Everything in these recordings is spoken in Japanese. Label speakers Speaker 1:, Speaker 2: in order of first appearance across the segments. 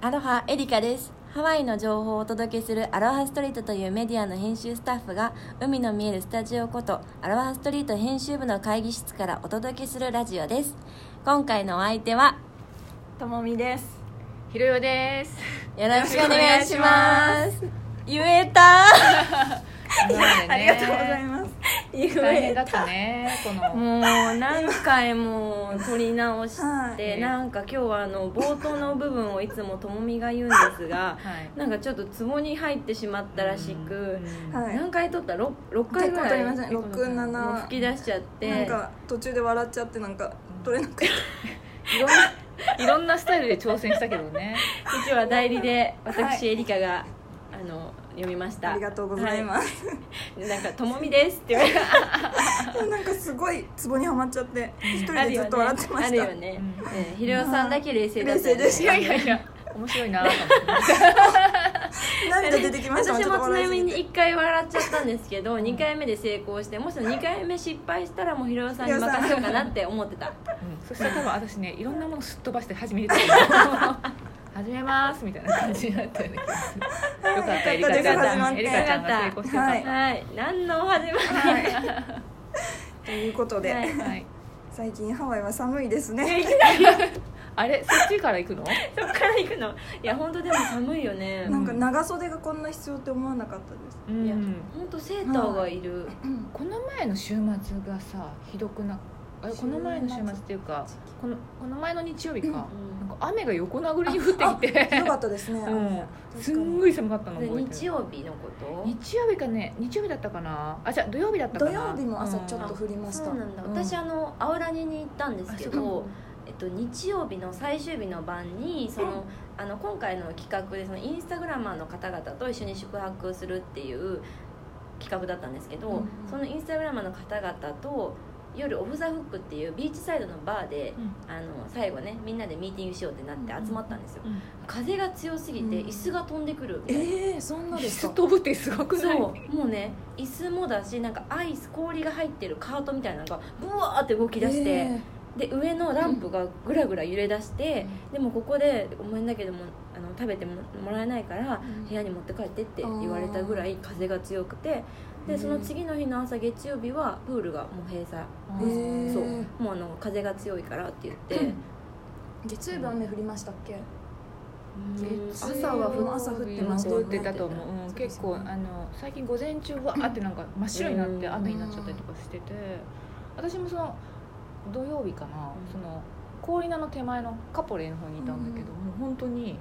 Speaker 1: アロハエリカですハワイの情報をお届けするアロハストリートというメディアの編集スタッフが海の見えるスタジオことアロハストリート編集部の会議室からお届けするラジオです今回のお相手は
Speaker 2: ともみです
Speaker 3: ひろよ です。
Speaker 1: よろしくお願いします言えた
Speaker 2: ありがとうございます
Speaker 1: 言
Speaker 3: 大変だったね、この。
Speaker 1: もう何回も撮り直し
Speaker 2: は
Speaker 1: て
Speaker 3: い
Speaker 1: なんか今日はあの冒頭の部分をいつもともみが言うんですが
Speaker 3: はい。
Speaker 1: なんかちょっとツボに入ってしまったらしく
Speaker 3: はい。
Speaker 2: はい
Speaker 1: 何回撮った 6, 六回
Speaker 2: 結
Speaker 1: ぐ
Speaker 2: 構撮
Speaker 1: ら
Speaker 2: り
Speaker 1: い
Speaker 2: ましたね
Speaker 1: も
Speaker 2: 六七
Speaker 1: う吹き出しちゃって
Speaker 2: なんか途中で笑っちゃってなんか取れなくて
Speaker 3: いろんな、いろんなスタイルで挑戦したけどね。
Speaker 1: 今日は代理で
Speaker 2: はい
Speaker 1: 私エリカがあの読みました、
Speaker 2: ありがとうございますす、
Speaker 1: はいなんか「ともみです」って言われた
Speaker 2: なんかすごいツボにはまっちゃって一人
Speaker 1: あ
Speaker 2: で
Speaker 1: る
Speaker 2: ず
Speaker 1: よ
Speaker 2: っ
Speaker 1: ね
Speaker 2: と笑ってま
Speaker 1: あ
Speaker 2: し
Speaker 1: る
Speaker 2: た、
Speaker 1: よね
Speaker 3: うん
Speaker 1: うんひろよさんだけ冷静だった
Speaker 2: 冷静でし
Speaker 3: い
Speaker 2: た
Speaker 3: やいやいや、面白いなと思って。
Speaker 2: 涙出てきました
Speaker 1: 私
Speaker 2: ちょっと
Speaker 1: もちな
Speaker 2: 笑
Speaker 1: い
Speaker 2: す
Speaker 1: み
Speaker 2: ぎ
Speaker 1: に
Speaker 2: て
Speaker 1: 1回笑っちゃったんですけど2回目で成功してもし2回目失敗したらもうひろよさんに任せようかなって思ってた
Speaker 3: うんそしたら多分私ね、いろんなものすっ飛ばして始めてたけど。 始めますみたいな感じになったよね。よかった、エリカちゃん
Speaker 2: よかったです始ま
Speaker 3: が。
Speaker 2: って
Speaker 3: エリカちゃんが成功してた。
Speaker 2: は
Speaker 3: はいい。
Speaker 1: はい何のお始まり
Speaker 2: はいということで、
Speaker 1: はい
Speaker 2: 最近ハワイは寒いですね
Speaker 3: あれ、そっちから行くの。
Speaker 1: そっから行くのいや本当でも寒いよね
Speaker 2: なんか長袖がこんな必要って思わなかったです
Speaker 3: う
Speaker 1: いや
Speaker 3: ん。
Speaker 1: 本当セーターがいる、
Speaker 3: この前の週末がさひどくなあれこの前の週末っていうかこのこの前の日曜日か、なんか雨が横殴りに降ってきて
Speaker 2: よかったですね、
Speaker 3: うん、すんごい寒かったの
Speaker 1: で
Speaker 3: 覚えてる
Speaker 1: 日曜日のこと
Speaker 3: 日曜日かね日曜日だったかなあじゃあ土曜日だったか
Speaker 2: 土
Speaker 3: な
Speaker 2: 曜日も朝ちょっと
Speaker 3: うん
Speaker 2: 降りました、
Speaker 1: そうなんだ、
Speaker 3: うん
Speaker 1: 私あのアオラニに行ったんですけ
Speaker 3: あそ
Speaker 1: ど、えっと、日曜日の最終日の晩にその、あの今回の企画でそのインスタグラマーの方々と一緒に宿泊するっていう企画だったんですけど、
Speaker 2: うんうん
Speaker 1: そのインスタグラマーの方々と夜オフ・ザ・フックっていうビーチサイドのバーで、
Speaker 3: う
Speaker 1: あの最後ねみんなでミーティングしようってなって集まったんですよ、
Speaker 3: うん
Speaker 1: 風が強すぎて
Speaker 2: うん
Speaker 1: 椅子が飛んでくるみたいな、
Speaker 2: ええそんな
Speaker 3: 椅
Speaker 2: です
Speaker 3: 子
Speaker 2: か
Speaker 3: 飛ぶってすごくない
Speaker 1: そうもうね椅子もだしなんかアイス氷が入ってるカートみたいなのがブワーって動き出して、
Speaker 2: え
Speaker 1: で上のランプがぐらぐら揺れ出して、でもここで「ごめんだけどもあの食べてももらえないから
Speaker 2: うん
Speaker 1: 部屋に持って帰って」って言われたぐらい風が強くて
Speaker 2: う
Speaker 1: で
Speaker 2: ん
Speaker 1: その次の日の朝月曜日はプールがもう閉鎖
Speaker 2: えええ
Speaker 1: そうもうあの風が強いからって言って、
Speaker 2: 月曜日雨降りましたっけ
Speaker 1: うん
Speaker 2: 月
Speaker 1: 朝は
Speaker 2: 曜日
Speaker 1: 降
Speaker 2: も
Speaker 1: っ
Speaker 2: 朝降ってま
Speaker 3: ま
Speaker 2: した
Speaker 3: 降
Speaker 2: よ
Speaker 3: って
Speaker 2: ね
Speaker 3: たと思う、うん、結構
Speaker 2: そうですね
Speaker 3: あの最近午前中 わーってなんか真っ白になって
Speaker 1: うん
Speaker 3: 雨になっちゃったりとかしてて私もその土曜日かな、
Speaker 1: うん
Speaker 3: その氷菜の手前のカポレの方にいたんだけど、もう本当に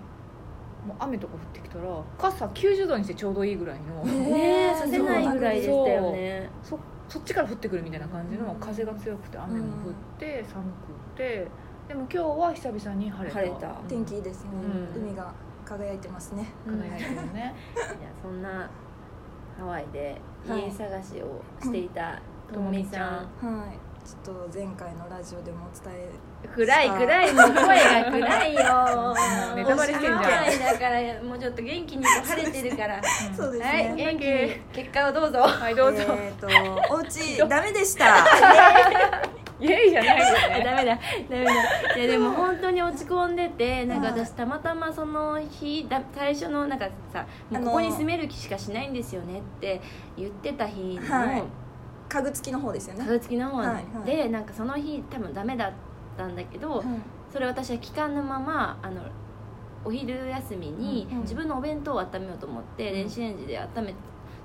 Speaker 3: もう雨とか降ってきたら傘90度にしてちょうどいいぐらいの、
Speaker 1: ねえさせないぐらいでしたよ
Speaker 3: そう
Speaker 1: ね
Speaker 3: そそっちから降ってくるみたいな感じの
Speaker 1: うん
Speaker 3: 風が強くて雨も降って寒くてでも今日は久々に晴れた
Speaker 1: 晴れた
Speaker 3: うん
Speaker 2: 天気いいですね、
Speaker 3: うん
Speaker 2: 海が輝いてますね
Speaker 3: 輝いてるよ ね、
Speaker 1: いやそんなハワイで
Speaker 2: はい
Speaker 1: 家探しをしていたともみちゃん
Speaker 2: はいちょっと前回のラジオでもお伝え
Speaker 1: 暗い暗いもう声が暗いよ
Speaker 3: ネタバレしてんじゃん
Speaker 1: ハワイだからもうちょっと元気に晴れてるから
Speaker 3: うん
Speaker 2: そうです
Speaker 1: はい
Speaker 2: ね、
Speaker 1: 元気に結果をどうぞ
Speaker 3: はいどうぞ、
Speaker 2: えっ、とお 家ダメでした
Speaker 3: イエイじゃないよ
Speaker 1: あ
Speaker 3: ね
Speaker 1: ダメだダメだいやでも本当に落ち込んでてなんか私たまたまその日だ最初のなんかさ「もうここに住める気しかしないんですよね」って言ってた日の
Speaker 2: はい家具付きの方ですよ
Speaker 1: タ
Speaker 2: ね、はい
Speaker 1: グ付きの方で、
Speaker 2: はいはい
Speaker 1: でなんかその日多分ダメだったんだけど、それ私は期間のままあのお昼休みに
Speaker 2: うんうん
Speaker 1: 自分のお弁当を温めようと思って
Speaker 3: うん
Speaker 1: 電子レンジで温めて、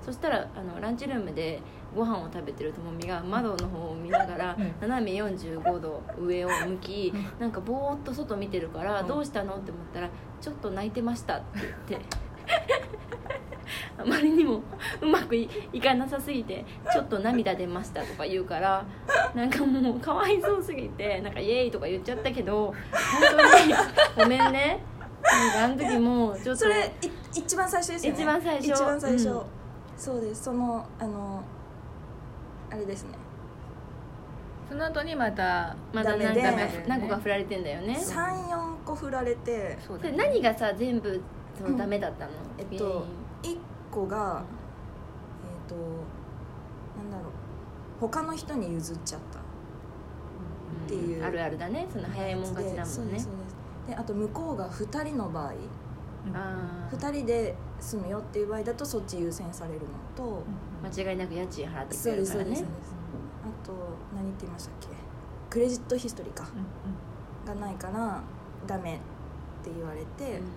Speaker 1: そしたらあのランチルームでご飯を食べてるともみが窓の方を見ながら
Speaker 3: うん
Speaker 1: 斜め45度上を向き
Speaker 3: うん
Speaker 1: なんかぼーっと外見てるから
Speaker 3: うん
Speaker 1: どうしたのって思ったらちょっと泣いてましたって言って あまりにもうまくいいかなさすぎてちょっと涙出ましたとか言うからなんかもうかわいそうすぎてなんかイエーイとか言っちゃったけど本当にごめんねなんかあの時もうちょっと
Speaker 2: それい一番最初ですよね
Speaker 1: 一番最初
Speaker 2: 一番最初、
Speaker 1: うん
Speaker 2: そうですそのあのあれですね
Speaker 3: その後にまた
Speaker 1: まだ何
Speaker 2: ダメで
Speaker 1: か何個か振られてんだよね
Speaker 3: そう
Speaker 2: 34個振られて
Speaker 3: そう
Speaker 1: それ
Speaker 3: だね
Speaker 1: 何がさ全部そのダメだったの、
Speaker 2: えっと
Speaker 1: 原因
Speaker 2: 1個がえっ、となんだろう他の人に譲っちゃったっていうん
Speaker 1: あるあるだねその早いもん勝ちだ
Speaker 2: そ
Speaker 1: も
Speaker 2: うん
Speaker 1: ね
Speaker 2: ですそうですであと向こうが2人の場合
Speaker 1: あー
Speaker 2: 2人で住むよっていう場合だとそっち優先されるのと、
Speaker 1: 間違いなく家賃払って
Speaker 2: そう
Speaker 1: くれ
Speaker 2: で
Speaker 1: る
Speaker 2: す
Speaker 1: か
Speaker 2: そ
Speaker 1: らね
Speaker 2: うです、そうですあと何って言いましたっけクレジットヒストリーかがないからダメって言われて、
Speaker 1: うん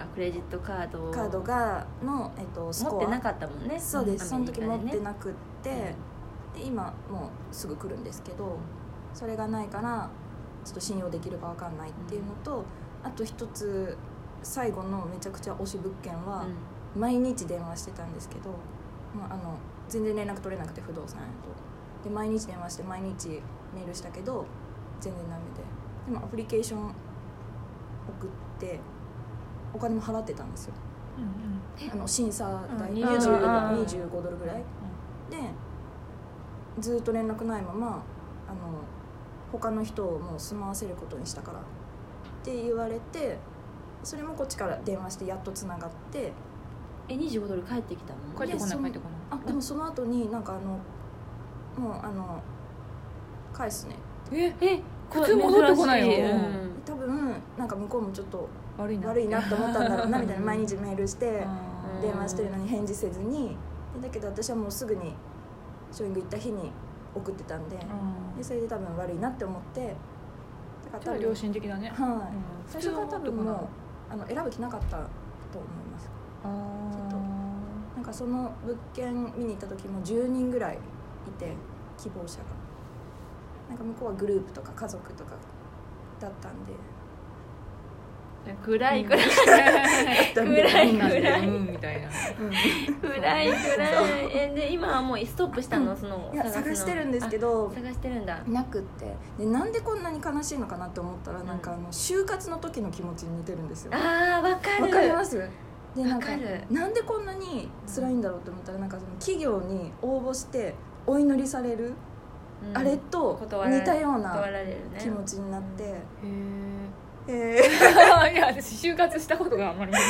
Speaker 1: あクレジットカードを
Speaker 2: カードがの、えっと、スコア
Speaker 1: 持ってなかったもんね
Speaker 2: そうです、そ
Speaker 1: アメ
Speaker 2: の
Speaker 1: リカ
Speaker 2: 時
Speaker 1: で
Speaker 2: 持
Speaker 1: ね
Speaker 2: ってなくって、で今もうすぐ来るんですけどそれがないからちょっと信用できるかわかんないっていうのと、あと一つ最後のめちゃくちゃ推し物件は
Speaker 1: うん
Speaker 2: 毎日電話してたんですけど、まあ、あの全然連絡取れなくて不動産やとで毎日電話して毎日メールしたけど全然ダメででもアプリケーション送ってお金も払ってたんですよあの審査代
Speaker 3: うん
Speaker 2: 20
Speaker 1: あー
Speaker 2: 25ドルぐらいでずっと連絡ないままあの他の人をもう住まわせることにしたからって言われてそれもこっちから電話してやっとつながって
Speaker 1: え25ドル返ってきたの
Speaker 3: 帰ってこない
Speaker 2: で
Speaker 3: 帰ってこ
Speaker 2: あでもその後になんかあのもうあの返すね
Speaker 3: ないえ
Speaker 1: え
Speaker 3: 普通戻ってこないよ
Speaker 1: 珍しうん
Speaker 2: 多分なんか向こうもちょっと
Speaker 3: 悪いな
Speaker 2: 悪いなと思ったんだろうなみたいな毎日メールして
Speaker 3: あー
Speaker 2: 電話してるのに返事せずにでだけど私はもうすぐにショーイング行った日に送ってたんで
Speaker 3: あー
Speaker 2: でそれで多分悪いなって思ってだから
Speaker 3: じゃあ
Speaker 2: 多分
Speaker 3: 良心的だね
Speaker 2: は
Speaker 3: うん
Speaker 2: い最初から多分
Speaker 3: 普通は
Speaker 2: もうあの選ぶ気なかったと思います
Speaker 3: あー
Speaker 2: ちょっとなんかその物件見に行った時も10人ぐらいいて希望者がなんか向こうはグループとか家族とかだったんで
Speaker 1: 暗い暗い暗い暗い
Speaker 3: うんみたいな
Speaker 1: 暗い暗いえで今はもうストップしたのその
Speaker 2: いや
Speaker 1: すの
Speaker 2: 探してるんですけ
Speaker 1: あ
Speaker 2: ど
Speaker 1: 探してるんだ
Speaker 2: なくってでなんでこんなに悲しいのかなって思ったらなんかあの就活の時の気持ちに似てるんですよ
Speaker 1: あーわかる
Speaker 2: わかりますでなん
Speaker 1: わ
Speaker 2: か
Speaker 1: かる
Speaker 2: なんでこんなに辛いんだろうと思ったらなんかその企業に応募してお祈りされる、
Speaker 1: うん
Speaker 2: あれと
Speaker 1: 断られ
Speaker 2: 似たような
Speaker 1: 断られるね
Speaker 2: 気持ちになって、
Speaker 3: へ
Speaker 2: えー
Speaker 3: えいや私就活したことがあんまりない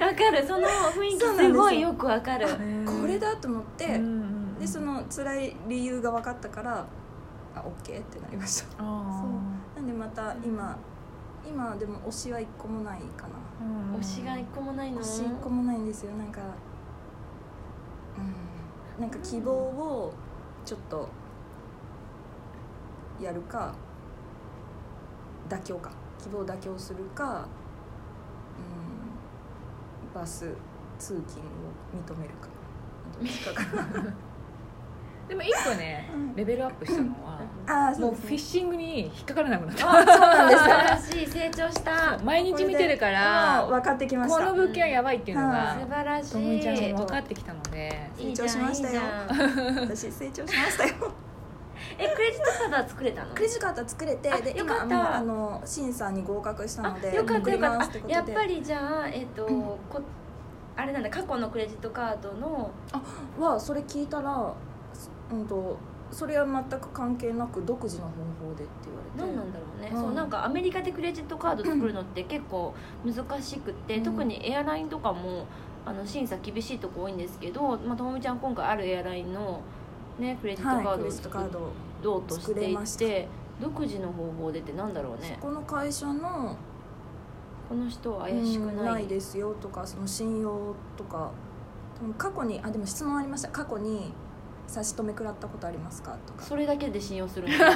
Speaker 1: わかるその雰囲気
Speaker 2: そうなん
Speaker 1: す
Speaker 2: ですよ
Speaker 1: ごいよくわかる
Speaker 2: これだと思って、
Speaker 3: うん
Speaker 2: でその辛い理由が分かったからあオッケーってなりました
Speaker 3: あ
Speaker 2: なんでまた今今でも推しは一個もないかな
Speaker 3: ーうん
Speaker 1: 推しが一個もないの
Speaker 2: 推し一個もないんですよなんかうんなんか希望をちょっとやるか妥協か希望を妥協するかうんバス通勤を認める かどっちかかな
Speaker 3: でも一個ね
Speaker 2: うん
Speaker 3: レベルアップしたのは
Speaker 2: ああそ
Speaker 3: も
Speaker 2: う
Speaker 3: う
Speaker 2: で
Speaker 3: フ
Speaker 2: す
Speaker 3: ィッ
Speaker 2: ね
Speaker 3: シングに引っかからなくなっ
Speaker 1: 素
Speaker 3: た
Speaker 1: 晴らしい成長した
Speaker 3: 毎日見てるから
Speaker 2: これであー分かってきまし
Speaker 3: こ
Speaker 2: た
Speaker 3: の物件はやばいっていうの
Speaker 2: あ
Speaker 1: 素
Speaker 3: が
Speaker 1: 晴らし
Speaker 3: ともみ
Speaker 1: い
Speaker 3: ちゃんも分かってきたので
Speaker 1: いいじゃ
Speaker 2: 成長
Speaker 1: ん
Speaker 2: しましたよ
Speaker 1: いいじ ゃん
Speaker 2: 私成長しました よ
Speaker 1: えクレジットカードは作れたの
Speaker 2: クレジットカード作れて
Speaker 1: あ
Speaker 2: で
Speaker 1: よか
Speaker 2: 今
Speaker 1: った
Speaker 2: もうあの審査に合格したので
Speaker 1: よかった
Speaker 2: 送
Speaker 1: よ
Speaker 2: り
Speaker 1: か
Speaker 2: ま
Speaker 1: っ
Speaker 2: すて
Speaker 1: た
Speaker 2: こ
Speaker 1: あ
Speaker 2: とで
Speaker 1: やっぱりじゃあえっ、 と、
Speaker 2: うん
Speaker 1: こあれなんだ過去のクレジットカードの
Speaker 2: はそれ聞いたら、すうん、とそれは全く関係なく独自の方法でって言
Speaker 1: 何
Speaker 2: われて
Speaker 1: なんだろうね、
Speaker 2: うん
Speaker 1: そうなんかアメリカでクレジットカード作るのって結構難しくて、
Speaker 2: うん
Speaker 1: 特にエアラインとかもあの審査厳しいとこ多いんですけど、まあ、ともみちゃん今回あるエアラインの、ね、クレジットカ
Speaker 2: は
Speaker 1: ー
Speaker 2: い、ク
Speaker 1: ド
Speaker 2: レ
Speaker 1: を
Speaker 2: ジットカー
Speaker 1: 作
Speaker 2: ドを
Speaker 1: ろうとし
Speaker 2: 作
Speaker 1: て
Speaker 2: れ
Speaker 1: い
Speaker 2: まして
Speaker 1: 独自の方法でってなんだろうね
Speaker 2: この会社の
Speaker 1: この人は怪しく
Speaker 2: うん
Speaker 1: ない,、
Speaker 2: ですよとかその信用とかでも過去にあでも質問ありました過去に差し止め食らったことありますかとか
Speaker 1: それだけで信用す るんだ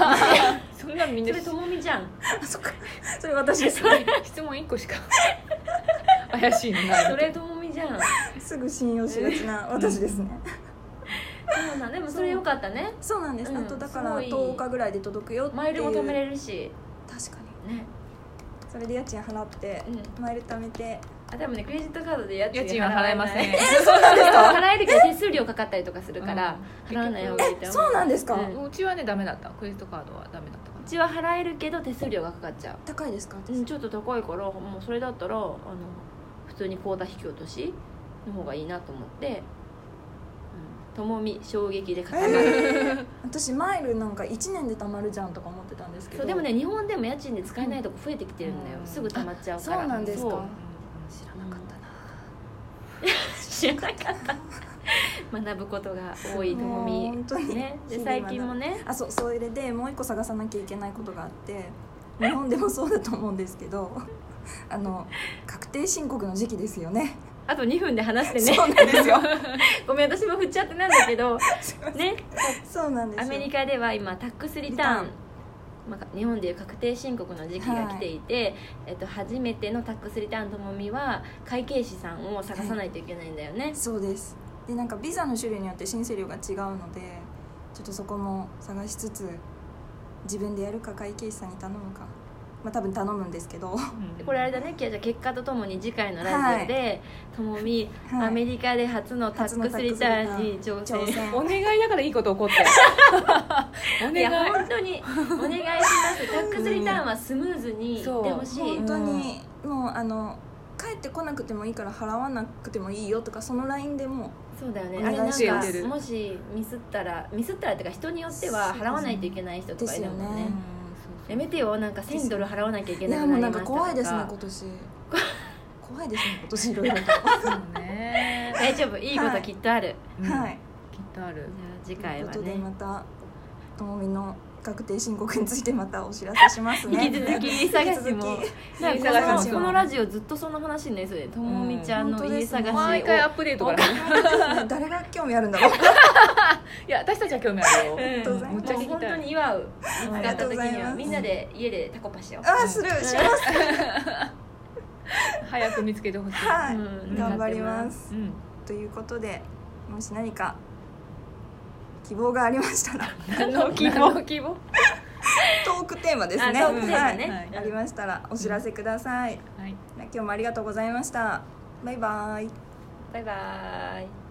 Speaker 3: そんなんみん
Speaker 1: そ
Speaker 3: な
Speaker 1: れともみじゃん
Speaker 2: あ そっかそれ私です
Speaker 3: 質問一個しか 怪しいのな
Speaker 1: それともみじゃん
Speaker 2: すぐ信用しがちな私ですね
Speaker 1: そうなんでもそれよかったね
Speaker 2: そうなんです、
Speaker 1: うん
Speaker 2: あとだから
Speaker 1: すごい
Speaker 2: 10日ぐらいで届くよっていう
Speaker 1: マイルも貯めれるし
Speaker 2: 確かに
Speaker 1: ね
Speaker 2: それで家賃払って
Speaker 1: うん
Speaker 2: マイル貯めて
Speaker 1: あでもねクレジットカードで家
Speaker 3: 家
Speaker 1: 賃
Speaker 3: 賃は払えません
Speaker 1: 払払えるけど手数料かかったりとかするから、
Speaker 3: うん
Speaker 1: 払わない方がいいと思う
Speaker 2: そうなんですか、
Speaker 1: うん
Speaker 3: うちはねダメだったクレジットカードはダメだったか
Speaker 1: うちは払えるけど手数料がかかっちゃ
Speaker 2: 高いですか
Speaker 1: う、うん、ちょっと高いからもうそれだったらあの普通に口座引き落としの方がいいなと思って、うん、ともみ衝撃で固まる、
Speaker 2: 私マイルなんか1年で貯まるじゃんとか思ってたんですけど
Speaker 1: そうでもね日本でも家賃で使えないとこ増えてきてるんだよ、
Speaker 3: うん
Speaker 1: すぐ溜まっちゃうから
Speaker 2: あそうなんですか
Speaker 1: そう
Speaker 3: ら
Speaker 2: 知らなかったな、
Speaker 1: 知らなかった学ぶことが多いともみ
Speaker 2: もう本当に
Speaker 1: ねで
Speaker 2: 日々
Speaker 1: 最
Speaker 2: 学ぶ
Speaker 1: 近もね
Speaker 2: あそうそう入れでもう一個探さな きゃいけないことがあって日本でもそうだと思うんですけどあの拡確定申告の時期ですよね
Speaker 1: あと2分で話してね
Speaker 2: そうなんです よ
Speaker 1: ごめん私も振っちゃってなんだけ どね
Speaker 2: そうなんです
Speaker 1: ア
Speaker 2: よ
Speaker 1: メリカでは今タックスリターンまあ、日本でいう確定申告の時期が来ていて、えっと、初めてのタックスリターンともみは会計士さんを探さないといけないんだよね、
Speaker 2: そうですでなんかビザの種類によって申請量が違うのでちょっとそこも探しつつ自分でやるか会計士さんに頼むかまあ多分頼むんで すけど、は
Speaker 1: でこれあれだねキアちゃん結果とともに次回のラジオで、ともみ
Speaker 2: い
Speaker 1: アメリカで初のタックスリターンに挑戦
Speaker 2: 挑戦
Speaker 3: お願いだからいいこと起こってお
Speaker 1: いや
Speaker 3: 願い
Speaker 1: 本当にお願いしますタックスリターンはスムーズにいってほしい
Speaker 2: 本当にもうあの帰ってこなくてもいいから払わなくてもいいよとかそのラインでも
Speaker 1: そうだよね
Speaker 2: お
Speaker 1: あ
Speaker 2: 願
Speaker 1: れ
Speaker 2: い
Speaker 1: なん
Speaker 3: し
Speaker 1: か
Speaker 3: てる
Speaker 1: もしミスったらミスったらっていうか人によっては払わないといけない人とかいるもんね
Speaker 2: ですよね
Speaker 1: やめてよなんか1000ドル払わなきゃいけ
Speaker 2: い
Speaker 1: な
Speaker 2: や
Speaker 1: く
Speaker 2: も
Speaker 1: なりま
Speaker 2: うな
Speaker 1: した
Speaker 2: ん
Speaker 1: と
Speaker 2: か
Speaker 1: か
Speaker 2: 怖いですね 今年怖いですね今年いろいろと、
Speaker 3: そうね
Speaker 1: 大丈夫いいこときっとある、
Speaker 2: はい
Speaker 3: うんきっとある
Speaker 1: じゃあ次回は
Speaker 2: ということ
Speaker 1: ね
Speaker 2: でまたともみの確定申告についてまたお知らせしますね
Speaker 1: 引き続き探しも
Speaker 2: 引き続
Speaker 1: なんか
Speaker 3: 家探
Speaker 1: こ
Speaker 3: し
Speaker 1: のこ
Speaker 3: も
Speaker 1: のラジオずっとその話になりそうでともみちゃんの
Speaker 2: うん
Speaker 1: 家探しを、
Speaker 3: 毎回アップデートからね
Speaker 2: き誰が興味ある んだろう
Speaker 3: いや私たちは興味あるよ
Speaker 1: うん
Speaker 2: りがとうござい
Speaker 3: む
Speaker 2: ま
Speaker 3: っ
Speaker 2: す
Speaker 3: ちゃ
Speaker 1: もう
Speaker 3: 聞
Speaker 1: 本当
Speaker 3: きたい
Speaker 1: に祝う見つかった時
Speaker 2: ありがとうござい
Speaker 1: に
Speaker 2: ま
Speaker 1: は
Speaker 2: す
Speaker 1: みんなで家でタコパしよう
Speaker 2: あーするします
Speaker 3: 早く見つけてほしい
Speaker 2: はい、
Speaker 1: うん
Speaker 2: 頑張ります
Speaker 3: うん
Speaker 2: ということでもし何か希望があり ましたら
Speaker 1: 何の希望
Speaker 3: 何の希望
Speaker 2: トークテーマですね
Speaker 1: あトークテーマね
Speaker 2: はいありましたらお知らせください
Speaker 3: はい
Speaker 2: 今日もありがとうございましたバイバイ
Speaker 1: バイバーイ